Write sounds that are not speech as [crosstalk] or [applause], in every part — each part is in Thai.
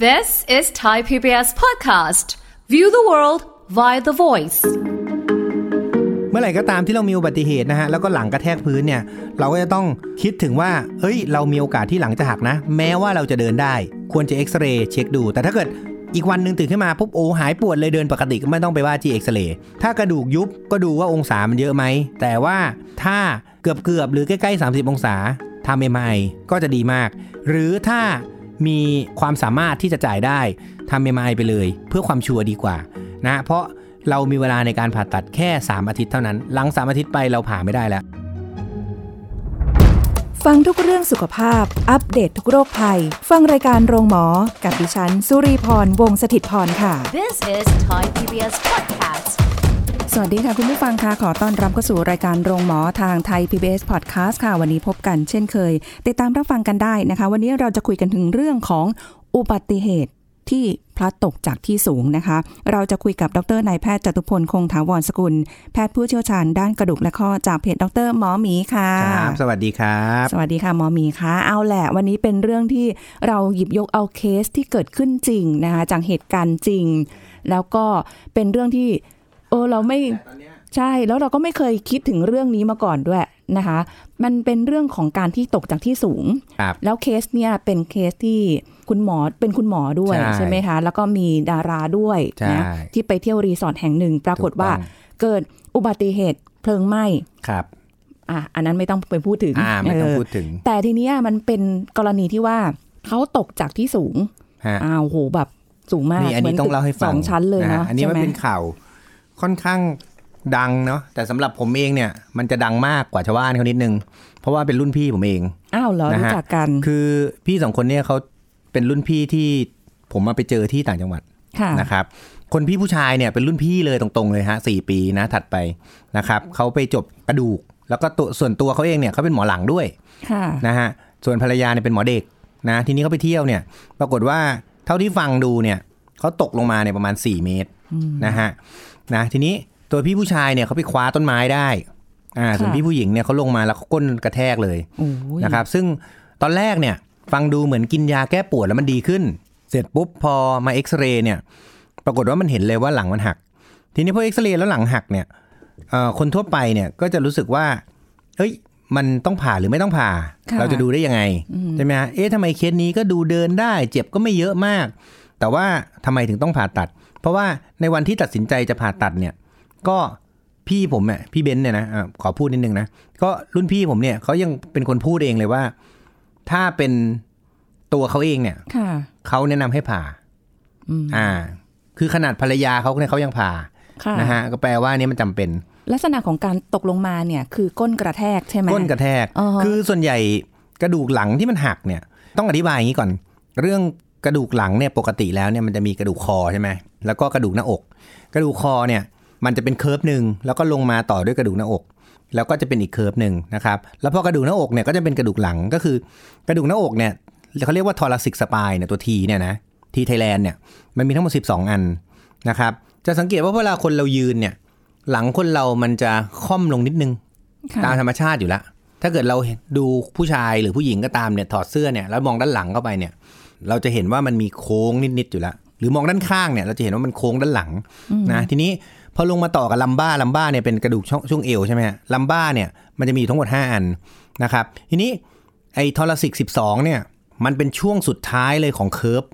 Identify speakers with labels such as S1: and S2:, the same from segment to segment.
S1: This is Thai PBS Podcast. View the world via the voice.
S2: เมื่อไหร่ก็ตามที่เรามีอุบัติเหตุนะฮะแล้วก็หลังกระแทกพื้นเนี่ย เราก็จะต้องคิดถึงว่า เฮ้ย เรามีโอกาสที่หลังจะหักนะ แม้ว่าเราจะเดินได้ ควรจะเอ็กซเรย์เช็คดู แต่ถ้าเกิดอีกวันหนึ่งตื่นขึ้นมาปุ๊บโอ้หายปวดเลยเดินปกติก็ไม่ต้องไปว่าจีเอ็กซเรย์ถ้ากระดูกยุบก็ดูว่าองศามันเยอะไหม แต่ว่าถ้าเกือบเกือบๆหรือใกล้ๆ 30 องศาทำเอ็มไอก็จะดีมาก หรือถ้า มีความสามารถที่จะจ่ายได้ทำเอ็มไอไปเลย เพื่อความชัวร์ดีกว่านะเพราะเรามีเวลาในการผ่าตัดแค่ 3 อาทิตย์เท่านั้น หลัง 3 อาทิตย์ไปเราผ่าไม่ได้แล้ว
S3: ฟังทุกเรื่องสุขภาพ อัปเดตทุกโรคภัย ฟังรายการโรงหมอ กับดิฉัน สุรีพร วงศิตพรค่ะ
S1: This is Thai PBS Podcast.
S3: สวัสดีค่ะ คุณผู้ฟังค่ะ ขอต้อนรับเข้าสู่รายการโรงหมอทางไทย PBS Podcast ค่ะ วันนี้พบกันเช่นเคย ติดตามรับฟังกันได้นะคะ วันนี้เราจะคุยกันถึงเรื่องของอุบัติเหตุที่พลัดตกจากที่สูงนะคะ เราจะคุยกับดรนายแพทย์จตุพลคงถาวรสกุล แพทย์ผู้เชี่ยวชาญด้านกระดูกและข้อจากเพจดรหมอหมีค่ะ
S2: ครับ สวัสดีครับ
S3: สวัสดีค่ะหมอหมีคะเอาแหละวันนี้เป็นเรื่องที่เราหยิบยกเอาเคสที่เกิดขึ้นจริงนะคะจากเหตุการณ์จริง แล้วก็เป็นเรื่องที่เออเราไม่ใช่แล้วเราก็ไม่เคยคิดถึงเรื่องนี้มาก่อนด้วยนะคะ มันเป็นเรื่องของการที่ตกจากที่สูง
S2: ครับ
S3: แล้วเคสเนี่ยเป็นเคสที่คุณหมอเป็นคุณหมอด้วย
S2: ใช่
S3: ใช่ไหมคะ แล้วก็มีดาราด้วย
S2: ใช่
S3: นะที่ไปเที่ยวรีสอร์ทแห่งหนึ่ง ปรากฏว่าเกิดอุบัติเหตุเพลิงไหม้
S2: ครับ
S3: อ่ะอันนั้นไม่ต้องไปพูดถึง
S2: อ่าไม่ต้อง
S3: เ
S2: พูดถึง
S3: แต่ทีเนี้ยมันเป็นกรณีที่ว่าเขาตกจากที่สูง
S2: ฮะ
S3: อ้าวโหแบบสูงมาก
S2: นี่อันนี้
S3: มื
S2: ต้องเล่าให้ฟั
S3: ส
S2: ง
S3: องชั้นเลย
S2: ฮ
S3: เนาะ
S2: อันนี้
S3: ใช่
S2: มัน
S3: ไหม
S2: เป็นข่าวค่อนข้างดังเนาะแต่สำหรับผมเองเนี่ย มันจะดังมากกว่าชาวบ้านเขานิดนึง เพราะว่าเป็นรุ่นพี่ผมเอง
S3: อ้าวเหรอ
S2: นะฮะ
S3: รู้จักกัน
S2: คือพี่สองคนเนี่ยเขาเป็นรุ่นพี่ที่ผมมาไปเจอที่ต่างจังหวัด
S3: ค่ะ
S2: นะครับคนพี่ผู้ชายเนี่ยเป็นรุ่นพี่เลยตรงๆเลยฮะสปีนะถัดไปนะครับเขาไปจบกระดูก แล้วก็ตัวส่วนตัวเขาเองเนี่ยเขาเป็นหมอหลังด้วย
S3: ค่ะ
S2: นะฮะส่วนภรรยาเนี่ยเป็นหมอเด็กนะทีนี้เขาไปเที่ยวเนี่ยปรากฏว่าเท่าที่ฟังดูเนี่ยเขาตกลงมาเนี่ยประมาณ 4 เมตรนะฮะนะทีนี้ตัวพี่ผู้ชายเนี่ยเขาไปคว้าต้นไม้ได้อ่าส่วน
S3: ค่ะ
S2: พี่ผู้หญิงเนี่ยเขาลงมาแล้วเขาก้นกระแทกเลย
S3: โอ้ย
S2: นะครับซึ่งตอนแรกเนี่ยฟังดูเหมือนกินยาแก้ปวดแล้วมันดีขึ้น เสร็จปุ๊บพอมาเอ็กซเรย์เนี่ยปรากฏว่ามันเห็นเลยว่าหลังมันหัก ทีนี้พอเอ็กซเรย์แล้วหลังหักเนี่ยเอ่อคนทั่วไปเนี่ยก็จะรู้สึกว่าเอ้ยมันต้องผ่าหรือไม่ต้องผ่า
S3: ค่ะ
S2: เราจะดูได้ยังไงใช่ไหมฮะเอ๊ะทำไมเคสนี้ก็ดูเดินได้ เจ็บก็ไม่เยอะมาก แต่ว่าทำไมถึงต้องผ่าตัด เพราะว่าในวันที่ตัดสินใจจะผ่าตัดเนี่ยก็พี่ผมเนี่ยพี่เบนซ์เนี่ยนะอ่ะขอพูดนิดนึงนะก็รุ่นพี่ผมเนี่ยเขายังเป็นคนพูดเองเลยว่า ถ้าเป็นตัวเขาเองเนี่ย
S3: ค่ะ
S2: เขาแนะนำให้ผ่า
S3: อืม
S2: อ่า คือขนาดภรรยาเขาเนี่ยเขายังผ่า
S3: ค่ะ
S2: นะฮะก็แปลว่าเนี่ยมันจำเป็น
S3: ลักษณะของการตกลงมาเนี่ยคือก้นกระแทกใช่ไหม
S2: ก้นกระแทก
S3: อ๋อฮะ
S2: คือส่วนใหญ่กระดูกหลังที่มันหักเนี่ย ต้องอธิบายอย่างนี้ก่อน เรื่องกระดูกหลังเนี่ยปกติแล้วเนี่ยมันจะมีกระดูกคอใช่ไหม แล้วก็กระดูกหน้าอก กระดูกคอเนี่ยมันจะเป็นเคิร์ฟหนึ่งแล้วก็ลงมาต่อด้วยกระดูกหน้าอก แล้วก็จะเป็นอีกเคิร์ฟหนึ่งนะครับ แล้วพอกระดูกหน้าอกเนี่ยก็จะเป็นกระดูกหลังก็คือ กระดูกหน้าอกเนี่ยเขาเรียกว่าทอรัสิกสปายเนี่ยตัวทีเนี่ยนะทีไทยแลนด์เนี่ยมันมีทั้งหมด 12 อันนะครับ จะสังเกตว่าเวลาคนเรายืนเนี่ยหลังคนเรามันจะค่อมลงนิดนึง
S3: ค่ะ
S2: ตามธรรมชาติอยู่แล้ว ถ้าเกิดเราเห็นดูผู้ชายหรือผู้หญิงก็ตามเนี่ยถอดเสื้อเนี่ยแล้วมองด้านหลังเข้าไปเนี่ย เราจะเห็นว่ามันมีโค้งนิดๆอยู่แล้ว หรือมองด้านข้างเนี่ยเราจะเห็นว่ามันโค้งด้านหลังนะทีนี้พอลงมาต่อกับลัมบ้าลัมบ้าเนี่ยเป็นกระดูกช่องช่วงเอวใช่ไหมฮะลัมบ้าเนี่ยมันจะมีอยู่ทั้งหมด 5 อันนะครับทีนี้ไอ้ทอรสิก12เนี่ยมันเป็นช่วงสุดท้ายเลยของเคิร์ฟ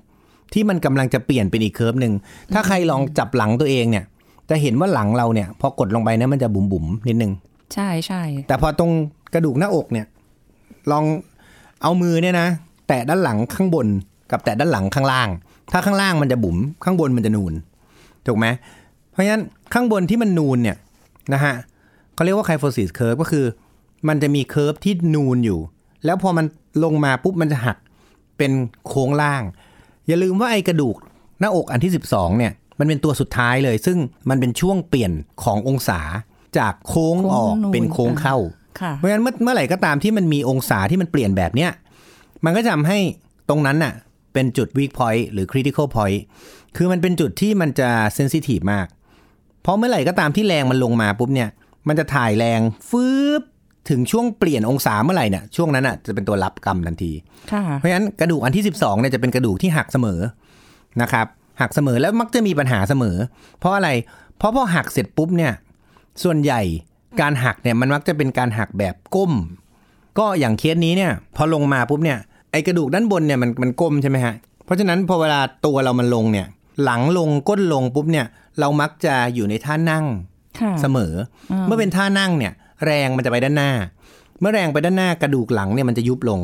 S2: ที่มันกำลังจะเปลี่ยนเป็นอีกเคิร์ฟหนึ่งถ้าใครลองจับหลังตัวเองเนี่ยจะเห็นว่าหลังเราเนี่ยพอกดลงไปเนี่ยมันจะบุ๋มๆนิดนึง
S3: ใช่ใช่
S2: แต่พอตรงกระดูกหน้าอกเนี่ย ลองเอามือเนี่ยนะ แตะด้านหลังข้างบนกับแตะด้านหลังข้างล่าง ถ้าข้างล่างมันจะบุ๋มข้างบนมันจะนูนถูกไหมเพราะฉะนั้นข้างบนที่มันนูนเนี่ยนะฮะเขาเรียกว่าไคโฟซิสเคิร์ฟก็คือ มันจะมีเคิร์ฟที่นูนอยู่ แล้วพอมันลงมาปุ๊บมันจะหักเป็นโค้งล่าง อย่าลืมว่าไอกระดูกหน้าอกอันที่ 12เนี่ยมันเป็นตัวสุดท้ายเลย ซึ่งมันเป็นช่วงเปลี่ยนขององศาจากโค้งออกเป็นโค้งเข้า
S3: ค่ะ
S2: เพราะฉะนั้นเมื่อเมื่อไหร่ก็ตามที่มันมีองศาที่มันเปลี่ยนแบบเนี้ย มันก็จะทำให้ตรงนั้นน่ะเป็นจุด weak point หรือ critical point คือมันเป็นจุดที่มันจะ sensitive มาก เพราะเมื่อไหร่ก็ตามที่แรงมันลงมาปุ๊บเนี่ย มันจะถ่ายแรงฟืบถึงช่วงเปลี่ยนองศาเมื่อไหร่เนี่ยช่วงนั้นน่ะจะเป็นตัวรับกรรมทันที
S3: ค่ะ
S2: เพราะฉะนั้นกระดูกอันที่ 12เนี่ยจะเป็นกระดูกที่หักเสมอ นะครับหักเสมอแล้วมักจะมีปัญหาเสมอ เพราะอะไร เพราะพอหักเสร็จปุ๊บเนี่ยส่วนใหญ่การหักเนี่ยมันมักจะเป็นการหักแบบก้ม ก็อย่างเคสนี้เนี่ยพอลงมาปุ๊บเนี่ยไอกระดูกด้านบนเนี่ยมันมันก้มใช่ไหมฮะเพราะฉะนั้นพอเวลาตัวเรามันลงเนี่ยหลังลงก้นลงปุ๊บเนี่ยเรามักจะอยู่ในท่านั่ง
S3: ค่ะ
S2: เสมอ เมื่อเป็นท่านั่งเนี่ยแรงมันจะไปด้านหน้า เมื่อแรงไปด้านหน้ากระดูกหลังเนี่ยมันจะยุบลง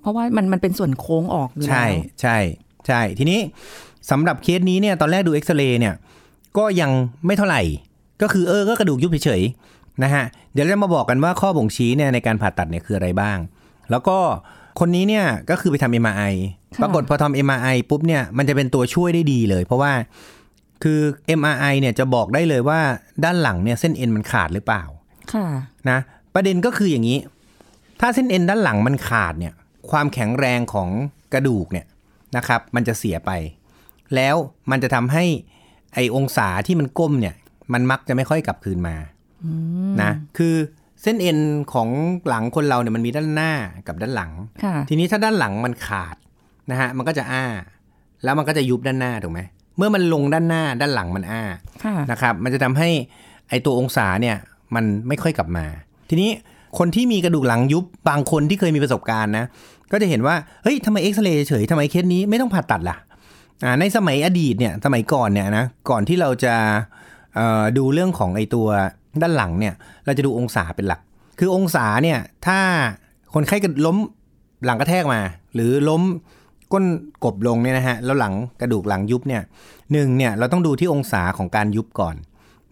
S3: เพราะว่ามันมันเป็นส่วนโค้งออกอยู่แล้ว
S2: ใช่ใช่ใช่ ทีนี้สำหรับเคสนี้เนี่ยตอนแรกดูเอ็กซเรย์เนี่ยก็ยังไม่เท่าไหร่ ก็คือเออก็กระดูกยุบเฉยๆนะฮะเดี๋ยวเรามาบอกกันว่าข้อบ่งชี้เนี่ยในการผ่าตัดเนี่ยคืออะไรบ้าง แล้วก็คนนี้เนี่ยก็คือไปทำ MRI ปรากฏพอทำ MRI ปุ๊บเนี่ยมันจะเป็นตัวช่วยได้ดีเลย เพราะว่าคือ MRI เนี่ยจะบอกได้เลยว่าด้านหลังเนี่ยเส้นเอ็นมันขาดหรือเปล่า
S3: ค่ะ
S2: นะประเด็นก็คืออย่างนี้ ถ้าเส้นเอ็นด้านหลังมันขาดเนี่ย ความแข็งแรงของกระดูกเนี่ยนะครับ มันจะเสียไป แล้วมันจะทำให้ไอองศาที่มันก้มเนี่ย มันมักจะไม่ค่อยกลับคืนมานะคือเส้นเอ็นของหลังคนเราเนี่ยมันมีด้านหน้ากับด้านหลัง
S3: ค่ะ
S2: ทีนี้ถ้าด้านหลังมันขาดนะฮะมันก็จะอ้า แล้วมันก็จะยุบด้านหน้าถูกไหมเมื่อมันลงด้านหน้าด้านหลังมันอ้า
S3: ค่ะ
S2: นะครับมันจะทำให้ไอตัวองศาเนี่ยมันไม่ค่อยกลับมา ทีนี้คนที่มีกระดูกหลังยุบบางคนที่เคยมีประสบการณ์นะ ก็จะเห็นว่าเฮ้ยทำไมเอ็กซเรย์เฉยๆทำไมเคสนี้ไม่ต้องผ่าตัดล่ะอ่าในสมัยอดีตเนี่ยสมัยก่อนเนี่ยนะก่อนที่เราจะเอ่อดูเรื่องของไอตัวด้านหลังเนี่ยเราจะดูองศาเป็นหลัก คือองศาเนี่ยถ้าคนไข้กระล้มหลังกระแทกมา หรือล้มก้นกบลงเนี่ยนะฮะแล้วหลังกระดูกหลังยุบเนี่ย หนึ่งเนี่ยเราต้องดูที่องศาของการยุบก่อน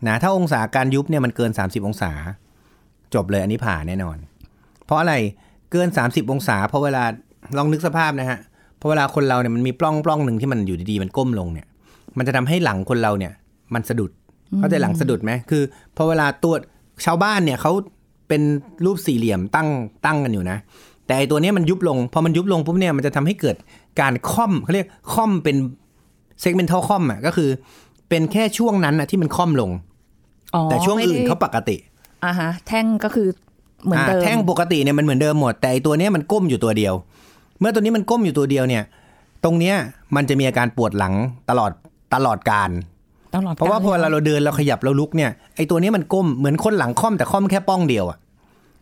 S2: นะถ้าองศาการยุบเนี่ยมันเกิน 30 องศา จบเลยอันนี้ผ่าแน่นอน เพราะอะไรเกิน 30 องศาเพราะเวลาลองนึกสภาพนะฮะเพราะเวลาคนเราเนี่ยมันมีปล้องปล้องหนึ่งที่มันอยู่ดีๆมันก้มลงเนี่ยมันจะทำให้หลังคนเราเนี่ยมันสะดุดเข้าใจหลังสะดุดไหมคือพอเวลาตัวชาวบ้านเนี่ยเขาเป็นรูปสี่เหลี่ยมตั้งตั้งกันอยู่นะ แต่ไอตัวเนี้ยมันยุบลงพอมันยุบลงปุ๊บเนี่ยมันจะทำให้เกิดการค่อมเขาเรียกค่อมเป็น เซกเมนทัลคอมอ่ะก็คือเป็นแค่ช่วงนั้นนะที่มันค่อมลง
S3: อ๋อ
S2: แต่ช่วงอื่น
S3: ไม่ได้
S2: เขาปกติ
S3: อ่าฮะ แท่งก็คือเหมือนเดิม
S2: อ่าแท่งปกติเนี่ยมันเหมือนเดิมหมด แต่ไอตัวเนี้ยมันก้มอยู่ตัวเดียว เมื่อตัวนี้มันก้มอยู่ตัวเดียวเนี่ย ตรงเนี้ยมันจะมีอาการปวดหลังตลอดตลอดการ
S3: ตลอด
S2: เพราะว่าพ
S3: ก
S2: อ
S3: ลย
S2: เราเดินเราขยับเราลุกเนี่ยไอตัวเนี้ยมันก้มเหมือนคนหลังค่อมแต่ค่อมแค่ป้องเดียวอ่ะ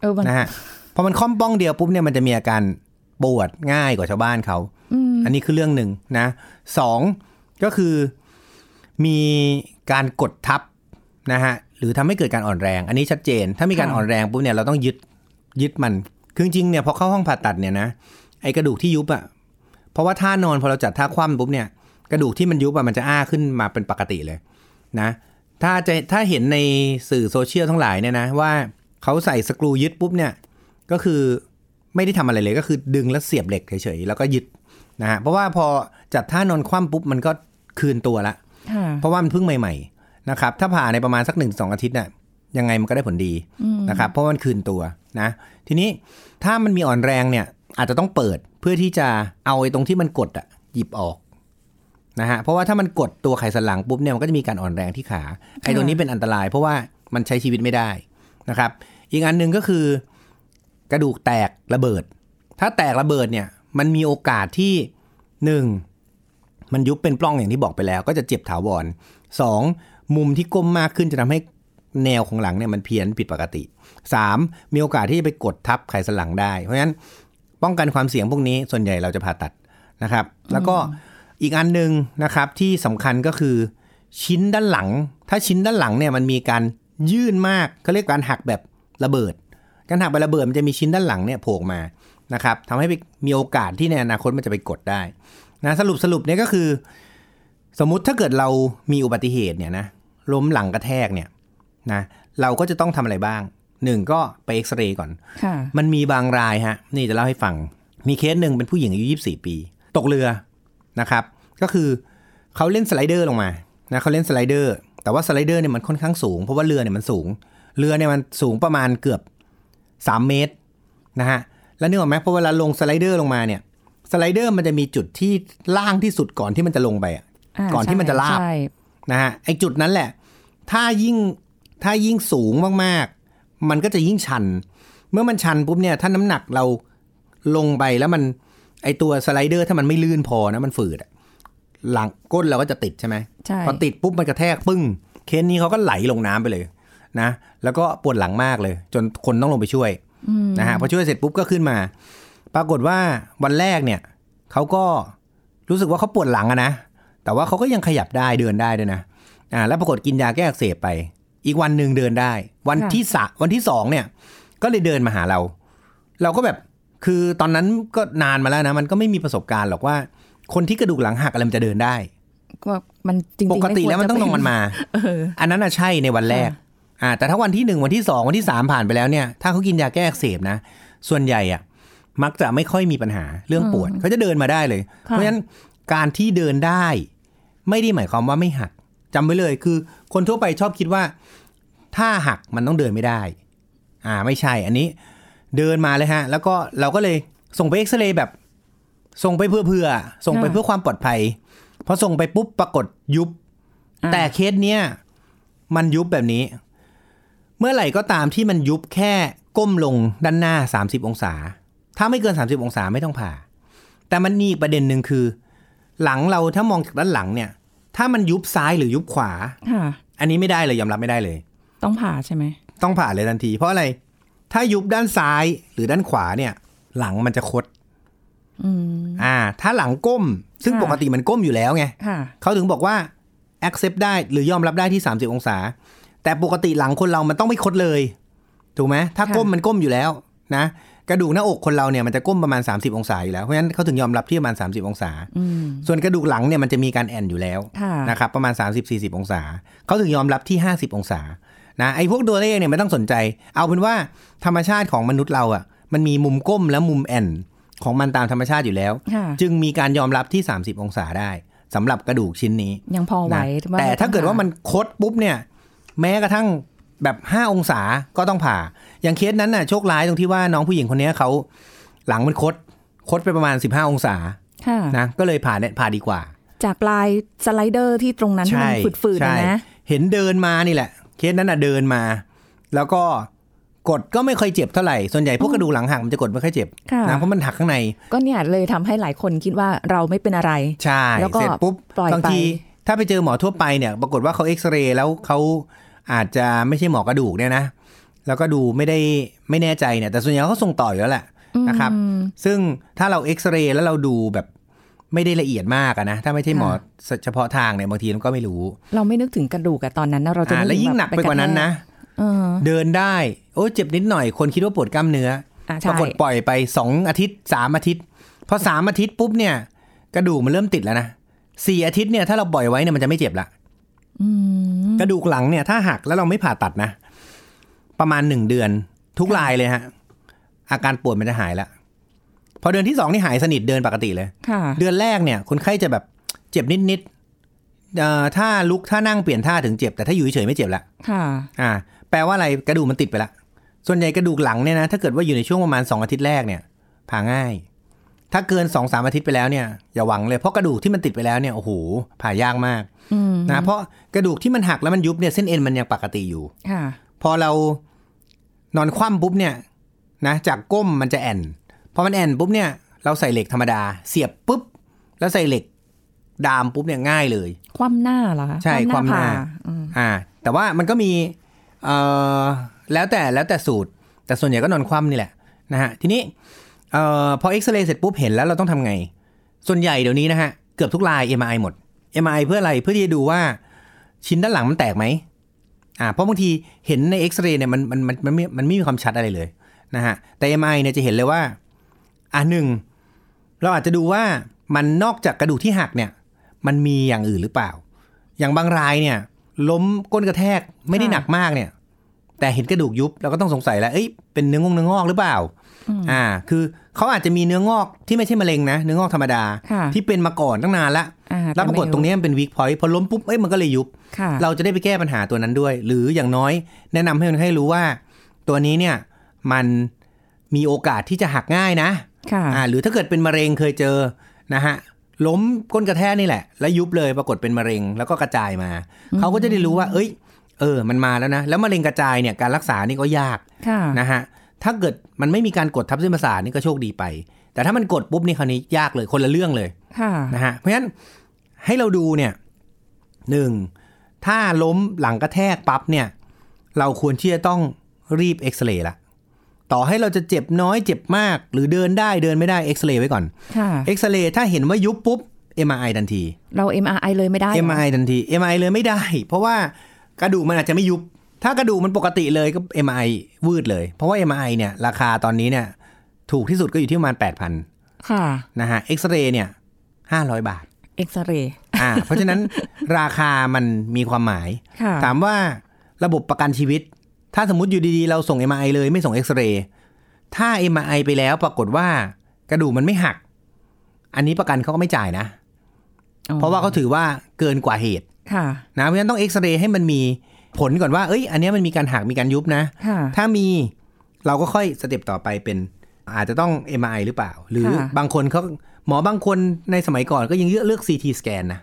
S3: เออมัน
S2: นะฮะพอมันค่อมป้องเดียวปุ๊บเนี่ยมันจะมีอาการปวดง่ายกว่าชาวบ้านเขา
S3: อืม
S2: อันนี้คือเรื่องหนึ่งนะสองก็คือมีการกดทับนะฮะหรือทำให้เกิดการอ่อนแรง อันนี้ชัดเจน ถ้ามีการอ่อนแรงปุ๊บเนี่ยเราต้องยึดยึดมันคือจริงๆเนี่ยพอเข้าห้องผ่าตัดเนี่ยนะไอกระดูกที่ยุบอะเพราะว่าท่านอนพอเราจัดท่าคว่ำปุ๊บเนี่ยกระดูกที่มันยุบอะมันจะอ้าขึ้นมาเป็นปกติเลยนะถ้าจะถ้าเห็นในสื่อโซเชียลทั้งหลายเนี่ยนะว่าเขาใส่สกรูยึดปุ๊บเนี่ยก็คือไม่ได้ทำอะไรเลยก็คือดึงแล้วเสียบเหล็กเฉยๆแล้วก็ยึด นะฮะเพราะว่าพอจับท่านอนคว่ำปุ๊บมันก็คืนตัวละ
S3: ค่ะ
S2: เพราะว่ามันเพิ่งใหม่ ๆ นะครับ ถ้าผ่าในประมาณสักหนึ่งสองอาทิตย์น่ะยังไงมันก็ได้ผลดีนะครับ เพราะมันคืนตัวนะ ทีนี้ถ้ามันมีอ่อนแรงเนี่ย อาจจะต้องเปิดเพื่อที่จะเอาไอ้ตรงที่มันกดอะหยิบออกนะฮะเพราะว่าถ้ามันกดตัวไขสันหลังปุ๊บเนี่ยมันก็จะมีการอ่อนแรงที่ขาไอ้ตรงนี้เป็นอันตราย เพราะว่ามันใช้ชีวิตไม่ได้นะครับ อีกอันหนึ่งก็คือกระดูกแตกระเบิด ถ้าแตกระเบิดเนี่ย มันมีโอกาสที่หนึ่ง มันยุบเป็นปล้องอย่างที่บอกไปแล้ว ก็จะเจ็บถาวรสองมุมที่ก้มมากขึ้นจะทำให้แนวของหลังเนี่ยมันเพี้ยนผิดปกติสามมีโอกาสที่จะไปกดทับไขสันหลังได้ เพราะฉะนั้นป้องกันความเสี่ยงพวกนี้ส่วนใหญ่เราจะผ่าตัดนะครับ แล้วก็อีกอันหนึ่งนะครับที่สำคัญก็คือชิ้นด้านหลัง ถ้าชิ้นด้านหลังเนี่ยมันมีการยื่นมากเขาเรียกการหักแบบระเบิด การหักแบบระเบิดมันจะมีชิ้นด้านหลังเนี่ยโผล่ออกมานะครับทำให้มีโอกาสที่ในอนาคตมันจะไปกดได้ นะสรุปสรุปเนี่ยก็คือ สมมุติถ้าเกิดเรามีอุบัติเหตุเนี่ยนะล้มหลังกระแทกเนี่ยนะเราก็จะต้องทำอะไรบ้างหนึ่งก็ไปเอ็กซเรย์ก่อน
S3: ค่ะ
S2: มันมีบางรายฮะ นี่จะเล่าให้ฟัง มีเคสหนึ่งเป็นผู้หญิงอายุ24 ปี ตกเรือนะครับ ก็คือเขาเล่นสไลเดอร์ลงมานะเขาเล่นสไลเดอร์ แต่ว่าสไลเดอร์เนี่ยมันค่อนข้างสูง เพราะว่าเรือเนี่ยมันสูง เรือเนี่ยมันสูงประมาณเกือบ 3 เมตรนะฮะแล้วนึกออกไหมพอเวลาลงสไลเดอร์ลงมาเนี่ยสไลเดอร์มันจะมีจุดที่ล่างที่สุดก่อนที่มันจะลงไปอะ
S3: า
S2: ก่อนที่มันจะลาบ
S3: ใช่
S2: นะฮะไอจุดนั้นแหละ ถ้ายิ่งถ้ายิ่งสูงมากๆ มันก็จะยิ่งชัน เมื่อมันชันปุ๊บเนี่ยถ้าน้ำหนักเราลงไปแล้วมันไอตัวสไลเดอร์ถ้ามันไม่ลื่นพอนะมันฝืดอะ หลังก้นเราก็จะติดใช่ไหม
S3: ใช่
S2: พอติดปุ๊บมันกระแทกปึ้ง เคสนี้เขาก็ไหลลงน้ำไปเลยนะ แล้วก็ปวดหลังมากเลย จนคนต้องลงไปช่วยนะฮะพอช่วยเสร็จปุ๊บก็ขึ้นมา ปรากฏว่าวันแรกเนี่ยเขาก็รู้สึกว่าเขาปวดหลังอะนะ แต่ว่าเขาก็ยังขยับได้เดินได้ด้วยนะอ่าแล้วปรากฏกินยาแก้อักเสบไป อีกวันหนึ่งเดินได้ วัน
S3: ค่ะ
S2: ที่สะวันที่สองเนี่ย ก็เลยเดินมาหาเรา เราก็แบบคือตอนนั้นก็นานมาแล้วนะ มันก็ไม่มีประสบการณ์หรอกว่า คนที่กระดูกหลังหักอะไรมันจะเดินได้
S3: ก็มันจริงๆ
S2: ปกติแล้วมันต้องนอนมา
S3: เออ
S2: อันนั้นอะใช่ในวันแรก อ่า แต่ถ้าวันที่หนึ่งวันที่สองวันที่สามผ่านไปแล้วเนี่ย ถ้าเขากินยาแก้อักเสบนะ ส่วนใหญ่อะมักจะไม่ค่อยมีปัญหาเรื่องปวดเขาจะเดินมาได้เลย เพราะฉะนั้นการที่เดินได้ ไม่ได้หมายความว่าไม่หักจำไว้เลยคือ คนทั่วไปชอบคิดว่า ถ้าหักมันต้องเดินไม่ได้ อ่า ไม่ใช่ อันนี้ เดินมาเลยฮะ แล้วก็เราก็เลยส่งไปเอ็กซเรย์แบบ ส่งไปเพื่อเพื่อส่งไป
S3: อ่า
S2: เพื่อความปลอดภัยพอส่งไปปุ๊บปรากฏยุบ
S3: อ่ะ
S2: แต่เคสเนี้ยมันยุบแบบนี้ เมื่อไหร่ก็ตามที่มันยุบแค่ก้มลงด้านหน้า 30 องศา ถ้าไม่เกิน 30 องศาไม่ต้องผ่า แต่มันมีอีกประเด็นหนึ่งคือ หลังเราถ้ามองจากด้านหลังเนี่ย ถ้ามันยุบซ้ายหรือยุบขวา
S3: ค่ะ
S2: อันนี้ไม่ได้เลยยอมรับไม่ได้เลย
S3: ต้องผ่าใช่ไหม
S2: ต้องผ่าเลยทันที เพราะอะไร ถ้ายุบด้านซ้ายหรือด้านขวาเนี่ย หลังมันจะคด
S3: อืม
S2: อ่า ถ้าหลังก้ม ซึ่ง
S3: ค่ะ
S2: ปกติมันก้มอยู่แล้วไง
S3: ค่ะ
S2: เขาถึงบอกว่า accept ได้หรือยอมรับได้ที่ 30 องศา แต่ปกติหลังคนเรามันต้องไม่คดเลย ถูกไหมถ้า
S3: ค่ะ
S2: ก้มมันก้มอยู่แล้วนะ กระดูกหน้าอกคนเราเนี่ยมันจะก้มประมาณ 30 องศาอยู่แล้วเพราะฉะนั้นเขาถึงยอมรับที่ประมาณ 30 องศา
S3: อืม
S2: ส่วนกระดูกหลังเนี่ยมันจะมีการแอนอยู่แล้ว
S3: ค่ะ
S2: นะครับประมาณ 30-40 องศา เขาถึงยอมรับที่ 50 องศานะไอ้พวกตัวเลขเนี่ยไม่ต้องสนใจ เอาเป็นว่าธรรมชาติของมนุษย์เราอะ่ะมันมีมุมก้มและมุมแอนของมันตามธรรมชาติอยู่แล้ว
S3: ค่ะ
S2: จึงมีการยอมรับที่ 30 องศาได้สำหรับกระดูกชิ้นนี้
S3: ยังพอไหว
S2: นะ
S3: ว่
S2: แต่ถ้าเกิดว่ามัน
S3: ต้อ
S2: คดปุ๊บเนี่ย แม้กระทั่งแบบ 5 องศาก็ต้องผ่า อย่างเคสนั้นน่ะโชคร้ายตรงที่ว่าน้องผู้หญิงคนเนี้ยเขาหลังมันคดคดไปประมาณ 15 องศา
S3: งผ่าค่ะ
S2: นะก็เลยผ่าเนี่ยผ่าดีกว่า
S3: จากลายสไลเดอร์ที่ตรงนั้นที่มันฝืดๆ
S2: ใช่
S3: นะนะ
S2: เห็นเดินมานี่แหละ เคสนั้นอ่ะเดินมา แล้วก็กดก็ไม่ค่อยเจ็บเท่าไหร่ส่วนใหญ่พวกกระดูกหลังหักมันจะกดไม่ค่อยเจ็บ
S3: ค่ะ
S2: นะเพราะมันหักข้างใน
S3: ก็เนี่ยเลยทำให้หลายคนคิดว่าเราไม่เป็นอะไร
S2: ใช่
S3: แล้วก็
S2: เสร็จปุ๊บ
S3: ปล่อย
S2: บาง
S3: ไป
S2: ทีถ้าไปเจอหมอทั่วไปเนี่ย ปรากฏว่าเขาเอ็กซเรย์แล้วเขาอาจจะไม่ใช่หมอกระดูกเนี่ยนะแล้วก็ดูไม่ได้ไม่แน่ใจเนี่ยแต่ส่วนใหญ่เขาส่งต่ออยู่แล้วแหละนะครับ
S3: อืม
S2: ซึ่งถ้าเราเอ็กซเรย์แล้วเราดูแบบไม่ได้ละเอียดมากอะนะถ้าไม่ใช่หมอ
S3: ค่ะ
S2: เฉพาะทางเนี่ยบางทีเราก็ไม่รู้
S3: เราไม่นึกถึงกระดูกอะตอนนั้นนะเราจะ
S2: อ่า
S3: นึ
S2: และยิ่ง
S3: ถึ
S2: หนักไปกว่านั้นนะ
S3: เออ
S2: เดินได้ โอ้ยเจ็บนิดหน่อย คนคิดว่าปวดกล้ามเนื้อ
S3: อ่ะ
S2: ป
S3: ใช่
S2: รากฏปล่อยไป 2 อาทิตย์3อาทิตย์พอ3อาทิตย์ปุ๊บเนี่ย กระดูกมันเริ่มติดแล้วนะสี่อาทิตย์เนี่ยถ้าเราปล่อยไว้เนี่ยมันจะไม่เจ็บละ
S3: อืม
S2: กระดูกหลังเนี่ยถ้าหักแล้วเราไม่ผ่าตัดนะ ประมาณ 1 เดือน ทุกรายเลยฮะ อาการปวดมันจะหายละพอเดือนที่สองนี่หายสนิทเดินปกติเลย
S3: ค่ะ
S2: เดือนแรกเนี่ยคนไข้จะแบบเจ็บนิดนิดๆเอ่อถ้าลุกถ้านั่งเปลี่ยนท่าถึงเจ็บ แต่ถ้าอยู่เฉยๆไม่เจ็บละ
S3: ค่ะ
S2: อ่าแปลว่าอะไรกระดูกมันติดไปละ ส่วนใหญ่กระดูกหลังเนี่ยนะถ้าเกิดว่าอยู่ในช่วงประมาณ 2 อาทิตย์แรกเนี่ยผ่าง่าย ถ้าเกิน2อสอาทิตย์ไปแล้วเนี่ยอย่าหวังเลยเพราะกระดูกที่มันติดไปแล้วเนี่ยโอ้โหผ่ายากมาก
S3: อืม
S2: นะเพราะกระดูกที่มันหักแล้วมันยุบเนี่ยเส้นเอ็นมันยังปกติอยู่
S3: ค่ะ
S2: พอเรานอนคว่ำปุ๊บเนี่ยนะจากก้มมันจะแอนพอมันแอนปุ๊บเนี่ยเราใส่เหล็กธรรมดา เสียบปุ๊บแล้วใส่เหล็กดามปุ๊บเนี่ยง่ายเลย
S3: ความหน้าเหรอคะ
S2: ใช่ความหน้า
S3: ผ่อืม
S2: อ่าแต่ว่ามันก็มีเอ่อแล้วแต่แล้วแต่สูตร แต่ส่วนใหญ่ก็นอนคว่ำนี่แหละนะฮะทีนี้เอ่อพอเอ็กซเรย์เสร็จปุ๊บเห็นแล้วเราต้องทำไง ส่วนใหญ่เดี๋ยวนี้นะฮะ เกือบทุกราย MRI หมด MRI เพื่ออะไรเพื่อที่จะดูว่าชิ้นด้านหลังมันแตกไหมอ่าเพราะบางทีเห็นในเอ็กซเรย์เนี่ยมันมันมันมันไม่มันไม่มีความชัดอะไรเลยนะฮะแต่ MRI เนี่ยจะเห็นเลยว่าอ่าหนึ่งเราอาจจะดูว่ามันนอกจากกระดูกที่หักเนี่ย มันมีอย่างอื่นหรือเปล่า อย่างบางรายเนี่ย ล้มก้นกระแทกไม่ได้หนักมากเนี่ย แต่เห็นกระดูกยุบเราก็ต้องสงสัยแล้วเอ้ยเป็นเนื้องอกเนื้องอกหรือเปล่า อ่า คือเขาอาจจะมีเนื้องอกที่ไม่ใช่มะเร็งนะเนื้องอกธรรมดา
S3: ค่ะ
S2: ที่เป็นมาก่อนตั้งนานละ
S3: อ่า
S2: แล้วปรากฏตรงเนี้ยมันเป็นวีคพอยต์พอล้มปุ๊บเอ้ยมันก็เลยยุบ
S3: ค่ะ
S2: เราจะได้ไปแก้ปัญหาตัวนั้นด้วย หรืออย่างน้อยแนะนำให้คนให้รู้ว่า ตัวนี้เนี่ยมันมีโอกาสที่จะหักง่ายนะ
S3: ค่ะ
S2: อ่าหรือถ้าเกิดเป็นมะเร็งเคยเจอนะฮะล้มก้นกระแทกนี่แหละ แล้วยุบเลยปรากฏเป็นมะเร็งแล้วก็กระจายมา เขาก็จะได้รู้ว่า เอ้ย เออ มันมาแล้วนะ แล้วมะเร็งกระจายเนี่ยการรักษานี่ก็ยาก
S3: ค่ะ
S2: นะฮะถ้าเกิดมันไม่มีการกดทับเส้นประสาทนี่ก็โชคดีไป แต่ถ้ามันกดปุ๊บนี่คราวนี้ยากเลยคนละเรื่องเลย
S3: ค่ะ
S2: นะฮะเพราะฉะนั้น ให้เราดูเนี่ยหนึ่งถ้าล้มหลังกระแทกปั๊บเนี่ย เราควรที่จะต้องรีบเอ็กซเรย์ละต่อให้เราจะเจ็บน้อยเจ็บมาก หรือเดินได้เดินไม่ได้เอ็กซเรย์ไว้ก่อน
S3: ค่ะ
S2: เอ็กซเรย์ถ้าเห็นว่ายุบปุ๊บ MRI ทันที
S3: เรา MRI เลยไม่ได้หร
S2: MRI ทันที MRI เลยไม่ได้ เพราะว่ากระดูกมันอาจจะไม่ยุบ ถ้ากระดูกมันปกติเลยก็ MRI วืดเลย เพราะว่า MRI เนี่ยราคาตอนนี้เนี่ยถูกที่สุดก็อยู่ที่ประมาณ 8,000
S3: ค่ะ
S2: นะฮะเอ็กซเรย์เนี่ยห้าร้อยบาท
S3: เอ็กซเรย์
S2: อ่า เพราะฉะนั้น [laughs] ราคามันมีความหมาย
S3: ค่ะ
S2: ถามว่าระบบประกันชีวิต ถ้าสมมติอยู่ดีๆ เราส่ง MRI เลยไม่ส่งเอ็กซเรย์ถ้า MRI ไปแล้วปรากฏว่ากระดูกมันไม่หัก อันนี้ประกันเขาก็ไม่จ่ายนะ
S3: อ๋อ
S2: เพราะว่าเขาถือว่าเกินกว่าเหตุ
S3: ค่ะ
S2: นะเพราะฉะนั้นต้องเอ็กซเรย์ให้มันมีผลก่อนว่าเอ้ย อันเนี้ยมันมีการหักมีการยุบนะ
S3: ค่ะ
S2: ถ้ามีเราก็ค่อยสเต็ปต่อไปเป็นอาจจะต้อง MRI หรือเปล่า หรือ
S3: ค่ะ
S2: บางคนเขาหมอบางคนในสมัยก่อนก็ยังเลือกเลือก CT สแกนนะ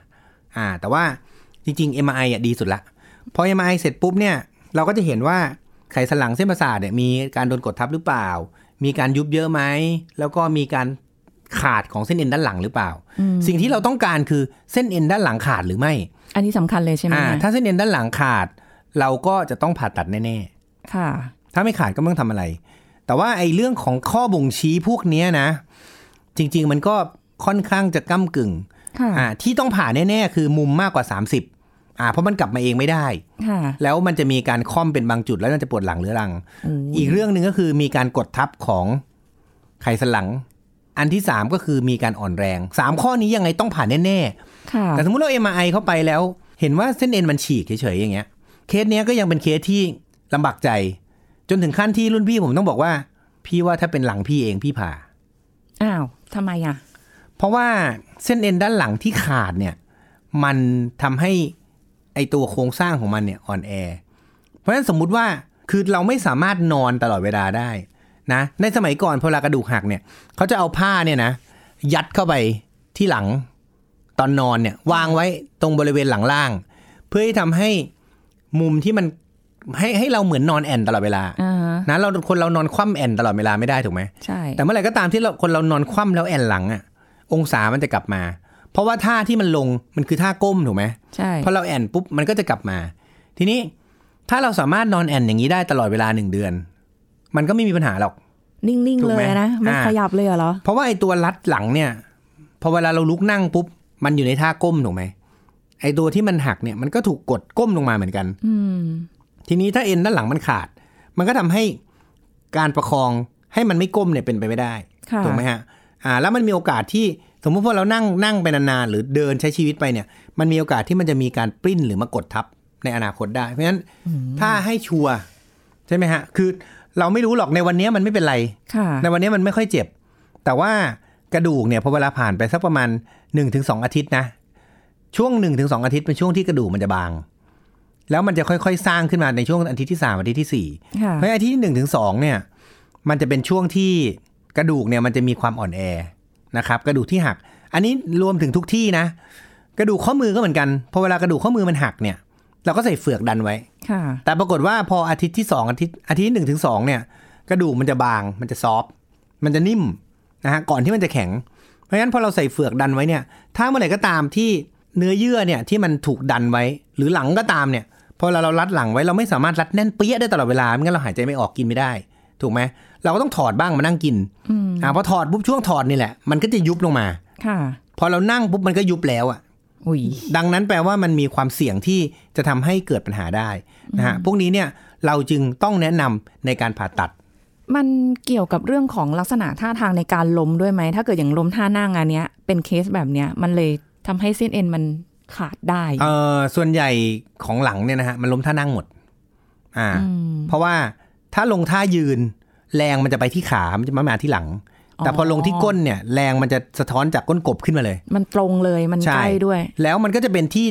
S2: อ่า แต่ว่าจริง ๆ MRI อ่ะดีสุดละ พอ MRI เสร็จปุ๊บเนี่ย เราก็จะเห็นว่าไขสันหลังเส้นประสาทเนี่ยมีการโดนกดทับหรือเปล่า มีการยุบเยอะไหม แล้วก็มีการขาดของเส้นเอ็นด้านหลังหรือเปล่า สิ่งที่เราต้องการคือเส้นเอ็นด้านหลังขาดหรือไม่
S3: อันนี้สำคัญเลยใช่ไหม
S2: อ่าถ้าเส้นเอ็นด้านหลังขาด เราก็จะต้องผ่าตัดแน่ๆ
S3: ค่ะ
S2: ถ้าไม่ขาดก็ไม่ต้องทำอะไร แต่ว่าไอ้เรื่องของข้อบ่งชี้พวกเนี้ยนะ จริง ๆ มันก็ค่อนข้างจะก้ากึ่ง
S3: ค่ะ
S2: อ่าที่ต้องผ่าแน่ๆ คือมุมมากกว่า 30อ่าเพราะมันกลับมาเองไม่ได้
S3: ค่ะ
S2: แล้วมันจะมีการค่อมเป็นบางจุดแล้วมันจะปวดหลังเรื้อรัง
S3: อืม
S2: อีกเรื่องหนึ่งก็คือมีการกดทับของไขสันหลัง อันที่ 3 ก็คือมีการอ่อนแรง 3 ข้อนี้ยังไงต้องผ่าแน่ๆ
S3: ค่ะ
S2: แต่สมมติเราเอ็มไอเข้าไปแล้ว เห็นว่าเส้นเอ็นมันฉีกเฉยๆอย่างเงี้ย เคสเนี้ยก็ยังเป็นเคสที่ลำบากใจ จนถึงขั้นที่รุ่นพี่ผมต้องบอกว่า พี่ว่าถ้าเป็นหลังพี่เองพี่ผ่า
S3: อ้าวทำไมอ่ะ
S2: เพราะว่าเส้นเอ็นด้านหลังที่ขาดเนี่ย มันทำให้ไอตัวโครงสร้างของมันเนี่ยอ่อนแอ เพราะฉะนั้นสมมุติว่าคือเราไม่สามารถนอนตลอดเวลาได้นะ ในสมัยก่อนพอเวลากระดูกหักเนี่ยเขาจะเอาผ้าเนี่ยนะยัดเข้าไปที่หลังตอนนอนเนี่ยวางไว้ตรงบริเวณหลังล่าง เพื่อที่ทำให้มุมที่มันให้ให้เราเหมือนนอนแอนตลอดเวลา
S3: อ่าฮะ
S2: นะเราคนเรานอนคว่ำแอนตลอดเวลาไม่ได้ถูกไหม
S3: ใช่
S2: แต่เมื่อไหร่ก็ตามที่เราคนเรานอนคว่ำแล้วแอนหลังอะองศามันจะกลับมา เพราะว่าท่าที่มันลงมันคือท่าก้มถูกไหม
S3: ใช่
S2: พอเราแอนปุ๊บมันก็จะกลับมา ทีนี้ถ้าเราสามารถนอนแอนอย่างนี้ได้ตลอดเวลาหนึ่งเดือน มันก็ไม่มีปัญหาหรอก
S3: นิ่ง
S2: ถูก
S3: ๆเล
S2: ไหม
S3: ยนะ ไม่
S2: อ่า
S3: ขยับเลยเหรอ
S2: เพราะว่าไอ้ตัวรัดหลังเนี่ยพอเวลาเราลุกนั่งปุ๊บมันอยู่ในท่าก้มถูกไหมไอ้ตัวที่มันหักเนี่ยมันก็ถูกกดก้มลงมาเหมือนกัน
S3: อืม
S2: ทีนี้ถ้าเอ็นด้านหลังมันขาด มันก็ทำให้การประคองให้มันไม่ก้มเนี่ยเป็นไปไม่ได้
S3: ค่ะ
S2: ถูกไหมฮะ อ่า แล้วมันมีโอกาสที่สมมุติว่าเรานั่งนั่งไปนานๆหรือเดินใช้ชีวิตไปเนี่ย มันมีโอกาสที่มันจะมีการปริ้นหรือมากดทับในอนาคตได้ เพราะฉะนั้นถ้าให้ชัวร์ใช่ไหมฮะ คือเราไม่รู้หรอกในวันเนี้ยมันไม่เป็นไร
S3: ค่ะ
S2: ในวันนี้มันไม่ค่อยเจ็บ แต่ว่ากระดูกเนี่ยพอเวลาผ่านไปสักประมาณ 1-2 อาทิตย์นะ ช่วง 1-2 อาทิตย์เป็นช่วงที่กระดูกมันจะบาง แล้วมันจะค่อยๆ สร้างขึ้นมาในช่วงอาทิตย์ที่ 3 อาทิตย์ที่ 4
S3: ค่ะ
S2: เพราะฉะนั้นอาทิตย์ที่หนึ่งถึงสองเนี่ย มันจะเป็นช่วงที่กระดูกเนี่ยมันจะมีความอ่อนแอนะครับ กระดูกที่หัก อันนี้รวมถึงทุกที่นะ กระดูกข้อมือก็เหมือนกันพอเวลากระดูกข้อมือมันหักเนี่ย เราก็ใส่เฟือกดันไว้
S3: ค่ะ
S2: แต่ปรากฏว่าพออาทิตย์ที่สองอาทิตย์อาทิตย์หนึ่งถึงสองเนี่ย กระดูกมันจะบาง มันจะซอฟต์มันจะนิ่มนะฮะก่อนที่มันจะแข็ง เพราะฉะนั้นพอเราใส่เฟือกดันไว้เนี่ย ถ้าเมื่อไหร่ก็ตามที่เนื้อเยื่อเนี่ยที่มันถูกดันไว้ หรือหลังก็ตามเนี่ยพอเราเรารัดหลังไว้เราไม่สามารถรัดแน่นเปี้ยได้ตลอดเวลาไม่งั้นเราหายใจไม่ออกกินไม่ได้ ถูกไหมเราก็ต้องถอดบ้างมานั่งกินอ่าพอถอดปุ๊บช่วงถอดนี่แหละ มันก็จะยุบลงมา
S3: ค่ะ
S2: พอเรานั่งปุ๊บมันก็ยุบแล้วอะ
S3: อุ้ย
S2: ดังนั้นแปลว่ามันมีความเสี่ยงที่จะทำให้เกิดปัญหาได้นะฮะพวกนี้เนี่ยเราจึงต้องแนะนำในการผ่าตัด
S3: มันเกี่ยวกับเรื่องของลักษณะท่าทางในการล้มด้วยไหม ถ้าเกิดอย่างล้มท่านั่งอันเนี้ย เป็นเคสแบบเนี้ย มันเลยทำให้เส้นเอ็นมันขาดได้
S2: เอ่อส่วนใหญ่ของหลังเนี่ยนะฮะมันล้มท่านั่งหมด อ่า เพราะว่าถ้าลงท่ายืน แรงมันจะไปที่ขา มันจะมามาที่หลัง แต่พอลงที่ก้นเนี่ย แรงมันจะสะท้อนจากก้นกบขึ้นมาเลย
S3: มันตรงเลย มัน
S2: ใช่
S3: ใกล้ด้วย
S2: แล้วมันก็จะเป็นที่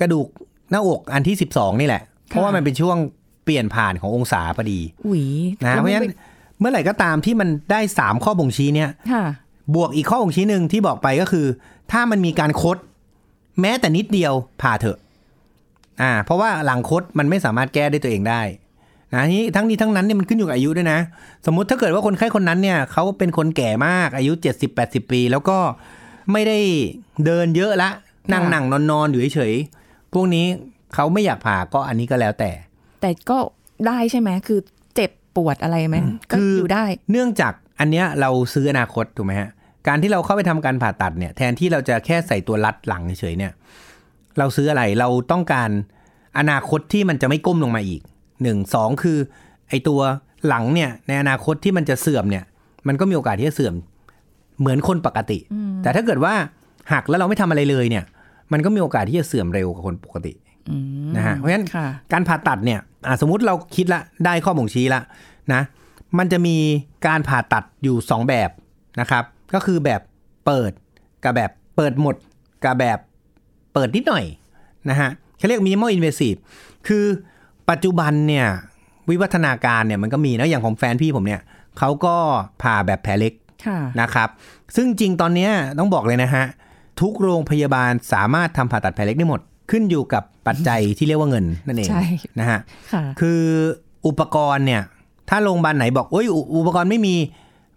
S2: กระดูกหน้าอกอันที่ 12 นี่แหละ เพราะว่ามันเป็นช่วงเปลี่ยนผ่านขององศาพอดี
S3: อุ้ย
S2: นะ
S3: แล้ว
S2: เพราะฉะนั้นเมื่อไหร่ก็ตามที่มันได้ 3 ข้อบ่งชี้เนี่ย
S3: ค่ะ
S2: บวกอีกข้อองชี้หนึ่งที่บอกไปก็คือ ถ้ามันมีการคด แม้แต่นิดเดียวผ่าเถอะ อ่า เพราะว่าหลังคดมันไม่สามารถแก้ด้วยตัวเองได้นะทีนี้ทั้งนี้ทั้งนั้นเนี่ยมันขึ้นอยู่กับอายุด้วยนะ สมมุติถ้าเกิดว่าคนไข้คนนั้นเนี่ยเขาเป็นคนแก่มากอายุ 70-80 ปี แล้วก็ไม่ได้เดินเยอะละ นั่งนั่งนอนนอนๆอยู่เฉยๆพวกนี้เขาไม่อยากผ่าก็อันนี้ก็แล้วแต่
S3: แต่ก็ได้ใช่ไหมคือเจ็บปวดอะไรไหมก็
S2: คือ
S3: อ
S2: อ
S3: ยู่ได้
S2: เนื่องจากอันเนี้ยเราซื้ออนาคตถูกไหมฮะการที่เราเข้าไปทำการผ่าตัดเนี่ย แทนที่เราจะแค่ใส่ตัวรัดหลังเฉยๆเนี่ย เราซื้ออะไรเราต้องการอนาคตที่มันจะไม่ก้มลงมาอีกหนึ่งสองคือ ไอตัวหลังเนี่ย ในอนาคตที่มันจะเสื่อมเนี่ย มันก็มีโอกาสที่จะเสื่อมเหมือนคนปกติ แต่ถ้าเกิดว่าหักแล้วเราไม่ทำอะไรเลยเนี่ย มันก็มีโอกาสที่จะเสื่อมเร็วกว่าคนปกตินะฮะเพราะฉะนั้น
S3: ค่ะ
S2: การผ่าตัดเนี่ยอ่ะสมมติเราคิดละได้ข้อบ่งชี้ละนะ มันจะมีการผ่าตัดอยู่ 2 แบบนะครับ ก็คือแบบเปิดกับแบบเปิดหมดกับแบบเปิดนิดหน่อยนะฮะเขาเรียก minimal invasive คือปัจจุบันเนี่ย วิวัฒนาการเนี่ยมันก็มีนะอย่างของแฟนพี่ผมเนี่ยเขาก็ผ่าแบบแผลเล็ก
S3: ค่ะ
S2: นะครับ ซึ่งจริงตอนเนี้ยต้องบอกเลยนะฮะ ทุกโรงพยาบาลสามารถทำผ่าตัดแผลเล็กได้หมด ขึ้นอยู่กับปัจจัย ที่เรียกว่าเงินนั่นเอง
S3: ใช่
S2: นะฮะ
S3: ค่ะ
S2: คืออุปกรณ์เนี่ย ถ้าโรงพยาบาลไหนบอกโอ้ยอุอุปกรณ์ไม่มี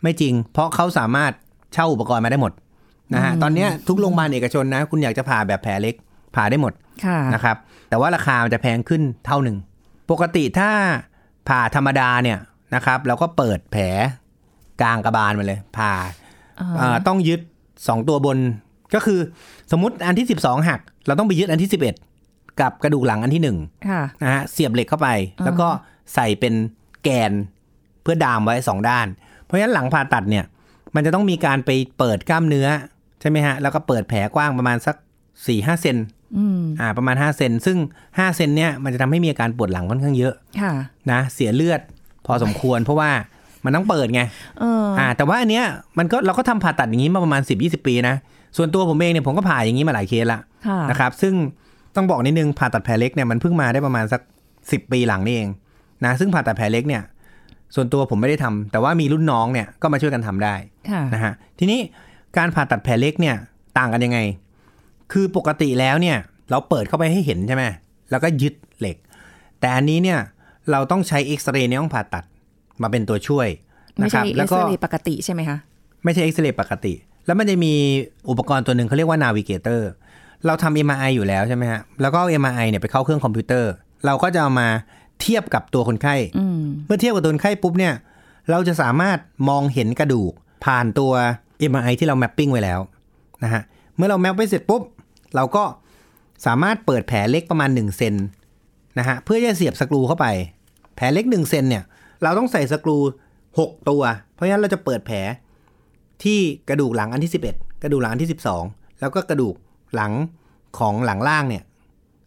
S2: ไม่จริง เพราะเขาสามารถเช่าอุปกรณ์มาได้หมดนะฮะตอนเนี้ยทุกโรงพยาบาลเอกชนนะ คุณอยากจะผ่าแบบแผลเล็กผ่าได้หมด
S3: ค่ะ
S2: นะครับแต่ว่าราคามันจะแพงขึ้นเท่าหนึ่ง ปกติถ้าผ่าธรรมดาเนี่ยนะครับเราก็เปิดแผลกลางกระบาลมาเลย ผ่าเอ่อต้องยึด 2 ตัวบนก็คือสมมติอันที่ 12 หัก เราต้องไปยึดอันที่ 11 กับกระดูกหลังอันที่ 1
S3: ค่ะ
S2: นะฮะเสียบเหล็กเข้าไป แล้วก็ใส่เป็นแกนเพื่อดามไว้สองด้าน เพราะฉะนั้นหลังผ่าตัดเนี่ย มันจะต้องมีการไปเปิดกล้ามเนื้อ ใช่ไหมฮะ แล้วก็เปิดแผลกว้างประมาณสัก4ี่ห้าเซนอ่าประมาณ 5 เซนซึ่ง 5 เซนเนี่ยมันจะทำให้มีอาการปวดหลังค่อนข้างเยอะ
S3: ค่ะ
S2: นะเสียเลือดพอสมควร เพราะว่ามันต้องเปิดไง
S3: เออ
S2: อ่าแต่ว่าอันเนี้ยมันก็เราก็ทำผ่าตัดอย่างนี้มาประมาณ 10-20 ปีนะส่วนตัวผมเองเนี่ยผมก็ผ่าอย่างนี้มาหลายเคสละ
S3: ค่ะ
S2: นะครับซึ่งต้องบอกนิดนึงผ่าตัดแผลเล็กเนี่ยมันเพิ่งมาได้ประมาณสัก 10 ปีหลังนี่เองนะซึ่งผ่าตัดแผลเล็กเนี่ยส่วนตัวผมไม่ได้ทำแต่ว่ามีรุ่นน้องเนี่ยก็มาช่วยกันทำได้
S3: ค่ะ
S2: นะฮะทีนี้การผ่าตัดแผลเล็กเนี่ยต่างกันยังไง คือปกติแล้วเนี่ยเราเปิดเข้าไปให้เห็นใช่ไหมแล้วก็ยึดเหล็ก แต่อันนี้เนี่ยเราต้องใช้เอ็กซเรย์ในห้องผ่าตัดมาเป็นตัวช่วย
S3: ไม่
S2: นะค
S3: ใช่
S2: รับ
S3: เอ็ก
S2: แล้ว
S3: ซ
S2: ก็
S3: เรย์ปกติใช่ไหมคะ
S2: ไม่ใช่เอ็กซเรย์ปกติ แล้วมันจะมีอุปกรณ์ตัวหนึ่งเขาเรียกว่านาวิเกเตอร์ เราทำ MRI อยู่แล้วใช่ไหมฮะ แล้วก็เอา MRI เนี่ยไปเข้าเครื่องคอมพิวเตอร์ เราก็จะเอามาเทียบกับตัวคนไข้
S3: อืม
S2: เมื่อเทียบกับตัวคนไข้ปุ๊บเนี่ย เราจะสามารถมองเห็นกระดูก ผ่านตัว MRI ที่เราแมปปิ้งไว้แล้วนะฮะ เมื่อเราแมปไว้เสร็จปุ๊บ เราก็สามารถเปิดแผลเล็กประมาณ1เซนนะฮะ เพื่อจะเสียบสกรูเข้าไป แผลเล็ก1เซนเนี่ย เราต้องใส่สกรูหกตัว เพราะฉะนั้นเราจะเปิดแผล ที่กระดูกหลังอันที่ 11 กระดูกหลังอันที่ 12 แล้วก็กระดูกหลังของหลังล่างเนี่ย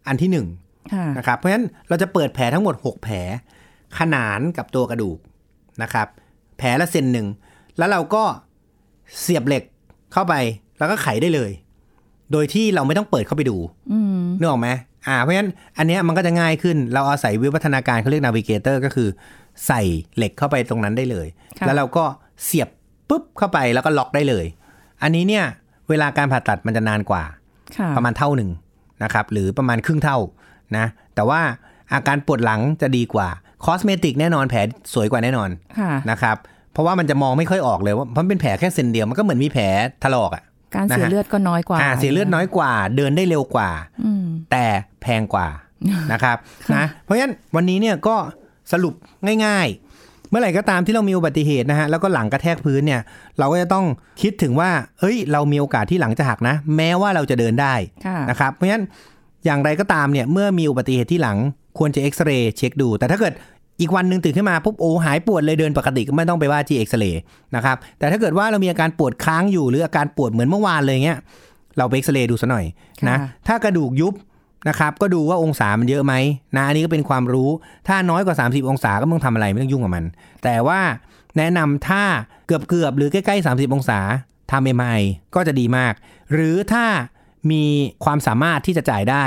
S2: อันที่
S3: ค่ะ
S2: 1 นะครับ เพราะฉะนั้นเราจะเปิดแผลทั้งหมด 6 แผล ขนานกับตัวกระดูกนะครับ แผลละเซนหนึ่ง แล้วเราก็เสียบเหล็กเข้าไปแล้วก็ไขได้เลย โดยที่เราไม่ต้องเปิดเข้าไปดู
S3: อืม
S2: นึกออกไหมอ่าเพราะฉะนั้นอันเนี้ยมันก็จะง่ายขึ้น เราอาศัยวิวัฒนาการเขาเรียกนาวิเกเตอร์ก็คือ ใส่เหล็กเข้าไปตรงนั้นได้เลย
S3: ค่ะ
S2: แล้วเราก็เสียบปุ๊บเข้าไปแล้วก็ล็อกได้เลย อันนี้เนี่ยเวลาการผ่าตัดมันจะนานกว่า
S3: ค่ะ
S2: ประมาณเท่าหนึ่งนะครับหรือประมาณครึ่งเท่านะแต่ว่าอาการปวดหลังจะดีกว่าคอสเมติกแน่นอนแผลสวยกว่าแน่นอน
S3: ค่ะ
S2: นะครับเพราะว่ามันจะมองไม่ค่อยออกเลยว่าเพราะมันเป็นแผลแค่เซนเดียวมันก็เหมือนมีแผลถลอกอะ
S3: การเสีย
S2: นะฮะ
S3: เลือดก็น้อยกว่า
S2: อ่ะเสียเลือดน้อยกว่า เดินได้เร็วกว่า
S3: อืม
S2: แต่แพงกว่า
S3: [laughs]
S2: นะครับนะเพราะฉะนั้นวันนี้เนี่ยก็สรุปง่ายๆ เมื่อไหร่ก็ตามที่เรามีอุบัติเหตุนะฮะแล้วก็หลังกระแทกพื้นเนี่ยเราก็จะต้องคิดถึงว่า เอ้ย เรามีโอกาสที่หลังจะหักนะ แม้ว่าเราจะเดินได้
S3: ค่ะ
S2: นะครับเพราะฉะนั้นอย่างไรก็ตามเนี่ยเมื่อมีอุบัติเหตุที่หลังควรจะเอ็กซเรย์เช็คดู แต่ถ้าเกิดอีกวันหนึ่งตื่นขึ้นมาปุ๊บโอ้หายปวดเลยเดินปกติก็ไม่ต้องไปว่าที่เอ็กซเรย์นะครับแต่ถ้าเกิดว่าเรามีอาการปวดค้างอยู่หรืออาการปวดเหมือนเมื่อวานเลยเงี้ยเราไปเอ็กซเรย์ดูซะหน่อยนะ
S3: ค่ะ
S2: ถ้ากระดูกยุบนะครับก็ดูว่าองศามันเยอะไหมนะอันนี้ก็เป็นความรู้ถ้าน้อยกว่า 30 องศาก็ไม่ต้องทำอะไรไม่ต้องยุ่งกับมัน แต่ว่าแนะนำถ้าเกือบเกือบๆหรือใกล้ๆ 30 องศาทำเอ็มไอก็จะดีมาก หรือถ้ามีความสามารถที่จะจ่ายได้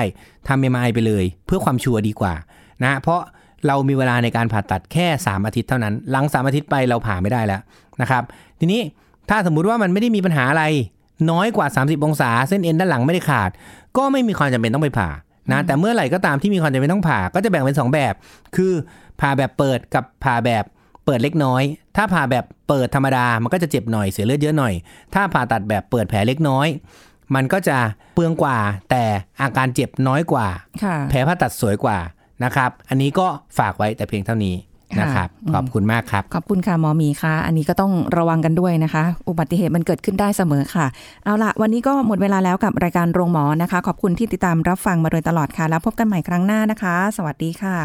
S2: ทำเอ็มไอไปเลย เพื่อความชัวร์ดีกว่านะเพราะเรามีเวลาในการผ่าตัดแค่ 3 อาทิตย์เท่านั้น หลัง 3 อาทิตย์ไปเราผ่าไม่ได้แล้วนะครับทีนี้ถ้าสมมุติว่ามันไม่ได้มีปัญหาอะไร น้อยกว่า 30 องศาเส้นเอ็นด้านหลังไม่ได้ขาด ก็ไม่มีความจำเป็นต้องไปผ่านะแต่เมื่อไหร่ก็ตามที่มีความจำเป็นต้องผ่าก็จะแบ่งเป็น 2 แบบ คือผ่าแบบเปิดกับผ่าแบบเปิดเล็กน้อย ถ้าผ่าแบบเปิดธรรมดามันก็จะเจ็บหน่อยเสียเลือดเยอะหน่อย ถ้าผ่าตัดแบบเปิดแผลเล็กน้อย มันก็จะเปลืองกว่า แต่อาการเจ็บน้อยกว่า
S3: ค่ะ
S2: แผลผ่าตัดสวยกว่านะครับ อันนี้ก็ฝากไว้แต่เพียงเท่านี้นะครับ
S3: ค่ะ
S2: ขอบคุณมากครับ
S3: ขอบคุณค่ะหมอหมีค่ะ อันนี้ก็ต้องระวังกันด้วยนะคะ อุบัติเหตุมันเกิดขึ้นได้เสมอค่ะ เอาละวันนี้ก็หมดเวลาแล้วกับรายการโรงหมอนะคะ ขอบคุณที่ติดตามรับฟังมาโดยตลอดค่ะ แล้วพบกันใหม่ครั้งหน้านะคะ สวัสดีค่ะ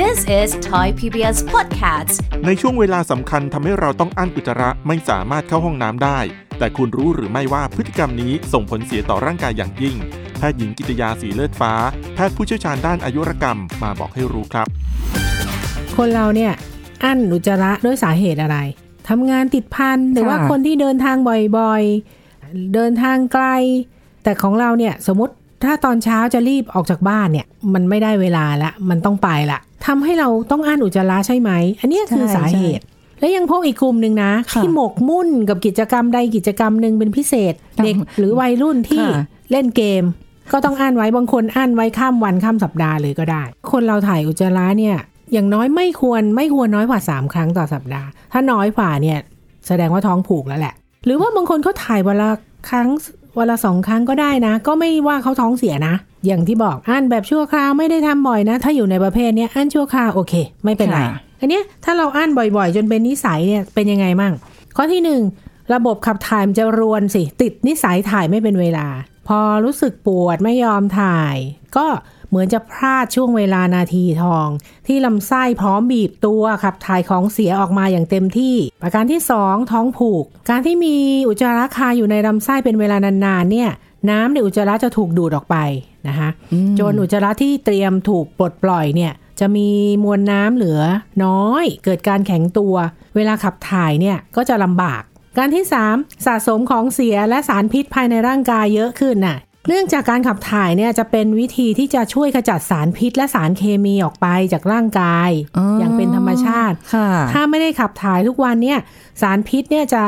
S1: This is Thai PBS Podcast.
S4: ในช่วงเวลาสำคัญทำให้เราต้องอั้นอุจจาระไม่สามารถเข้าห้องน้ำได้ แต่คุณรู้หรือไม่ว่าพฤติกรรมนี้ส่งผลเสียต่อร่างกายอย่างยิ่ง แพทย์หญิงกิตยาสีเลือดฟ้า แพทย์ผู้เชี่ยวชาญด้านอายุรกรรมมาบอกให้รู้ครับ
S5: คนเราเนี่ยอั้นอุจจาระด้วยสาเหตุอะไรทำงานติดพันหรือว่าคนที่เดินทางบ่อยๆ เดินทางไกล แต่ของเราเนี่ยสมมติถ้าตอนเช้าจะรีบออกจากบ้านเนี่ย มันไม่ได้เวลาละมันต้องไปละทำให้เราต้องอั้นอุจจาระใช่ไหม อันเนี้ยคือ
S3: ใช่
S5: สาเหตุ และยังพบอีกกลุ่มหนึ่งนะ
S3: ค่ะ
S5: ที่หมกมุ่นกับกิจกรรมใดกิจกรรมหนึ่งเป็นพิเศษ เด็กหรือวัยรุ่นที่
S3: ค่ะ
S5: เล่นเกมก็ต้องอ่านไว้บางคนอ่านไว้ข้ามวันข้ามสัปดาห์เลยก็ได้ คนเราถ่ายอุจจาระเนี่ยอย่างน้อยไม่ควรไม่ควรน้อยกว่า 3 ครั้งต่อสัปดาห์ ถ้าน้อยกว่าเนี่ยแสดงว่าท้องผูกแล้วแหละ หรือว่าบางคนเขาถ่ายวันละครั้งวันละสองครั้งก็ได้นะ ก็ไม่ว่าเขาท้องเสียนะ อย่างที่บอกอ่านแบบชั่วคราวไม่ได้ทำบ่อยนะ ถ้าอยู่ในประเภทเนี้ยอ่านชั่วคราวโอเค ไม่เป็นไร
S3: ค่ะ
S5: อันเนี้ยถ้าเราอ่านบ่อยๆ จนเป็นนิสัยเนี่ยเป็นยังไงมั่ง ข้อที่หนึ่งระบบขับถ่ายมันจะรวนสิ ติดนิสัยถ่ายไม่เป็นเวลา พอรู้สึกปวดไม่ยอมถ่าย ก็เหมือนจะพลาดช่วงเวลานาทีทอง ที่ลำไส้พร้อมบีบตัวขับถ่ายของเสียออกมาอย่างเต็มที่ ประการที่สองท้องผูก การที่มีอุจจาระคาอยู่ในลำไส้เป็นเวลานานๆเนี่ยน้ำในอุจจาระจะถูกดูดออกไปนะคะจนอุจจาระที่เตรียมถูกปลดปล่อยเนี่ย จะมีมวลน้ำเหลือน้อย เกิดการแข็งตัว เวลาขับถ่ายเนี่ยก็จะลำบาก การที่ 3 สะสมของเสียและสารพิษภายในร่างกายเยอะขึ้นน่ะ เนื่องจากการขับถ่ายเนี่ยจะเป็นวิธีที่จะช่วยขจัดสารพิษและสารเคมีออกไปจากร่างกาย อย่างเป็นธรรมชาติ
S3: ค่ะ
S5: ถ้าไม่ได้ขับถ่ายทุกวันเนี่ยสารพิษเนี่ยจะ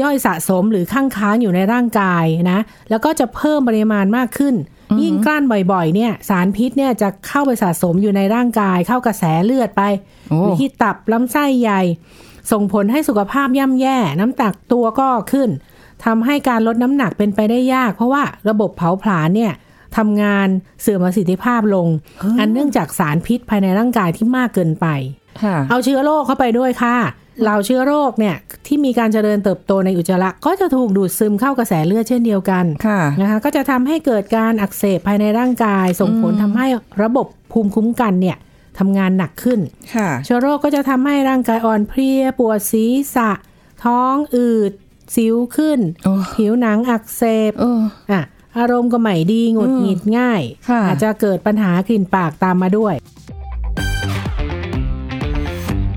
S5: ย่อยสะสมหรือข้างค้างอยู่ในร่างกายนะแล้วก็จะเพิ่มปริมาณมากขึ้น ยิ่งกลั้นบ่อยๆเนี่ยสารพิษเนี่ยจะเข้าไปสะสมอยู่ในร่างกาย เข้ากระแสเลือดไป
S3: โอ้
S5: หรือที่ตับลำไส้ใหญ่ ส่งผลให้สุขภาพย่ำแย่ น้ำตักตัวก็ขึ้นทำให้การลดน้ำหนักเป็นไปได้ยาก เพราะว่าระบบเผาผลาญเนี่ยทำงานเสื่อมประสิทธิภาพลง อันเนื่องจากสารพิษภายในร่างกายที่มากเกินไป
S3: ค่ะ
S5: เอาเชื้อโรคเข้าไปด้วยค่ะ เราเชื้อโรคเนี่ยที่มีการเจริญเติบโตในอุจจาระก็จะถูกดูดซึมเข้ากระแสเลือดเช่นเดียวกัน
S3: ค่ะ
S5: นะคะก็จะทำให้เกิดการอักเสบภายในร่างกาย ส่งผลทำให้ระบบภูมิคุ้มกันเนี่ยทำงานหนักขึ้น
S3: ค่ะ
S5: เชื้อโรคก็จะทำให้ร่างกายอ่อนเพลียปวดศีรษะ ท้องอืด สิวขึ้น
S3: โอ้
S5: ผิวหนังอักเสบ
S3: เออ
S5: อ่ะอารมณ์ก็ไม่ดีหงุดหงิดง่าย
S3: ค่ะ
S5: อาจจะเกิดปัญหากลิ่นปากตามมาด้วย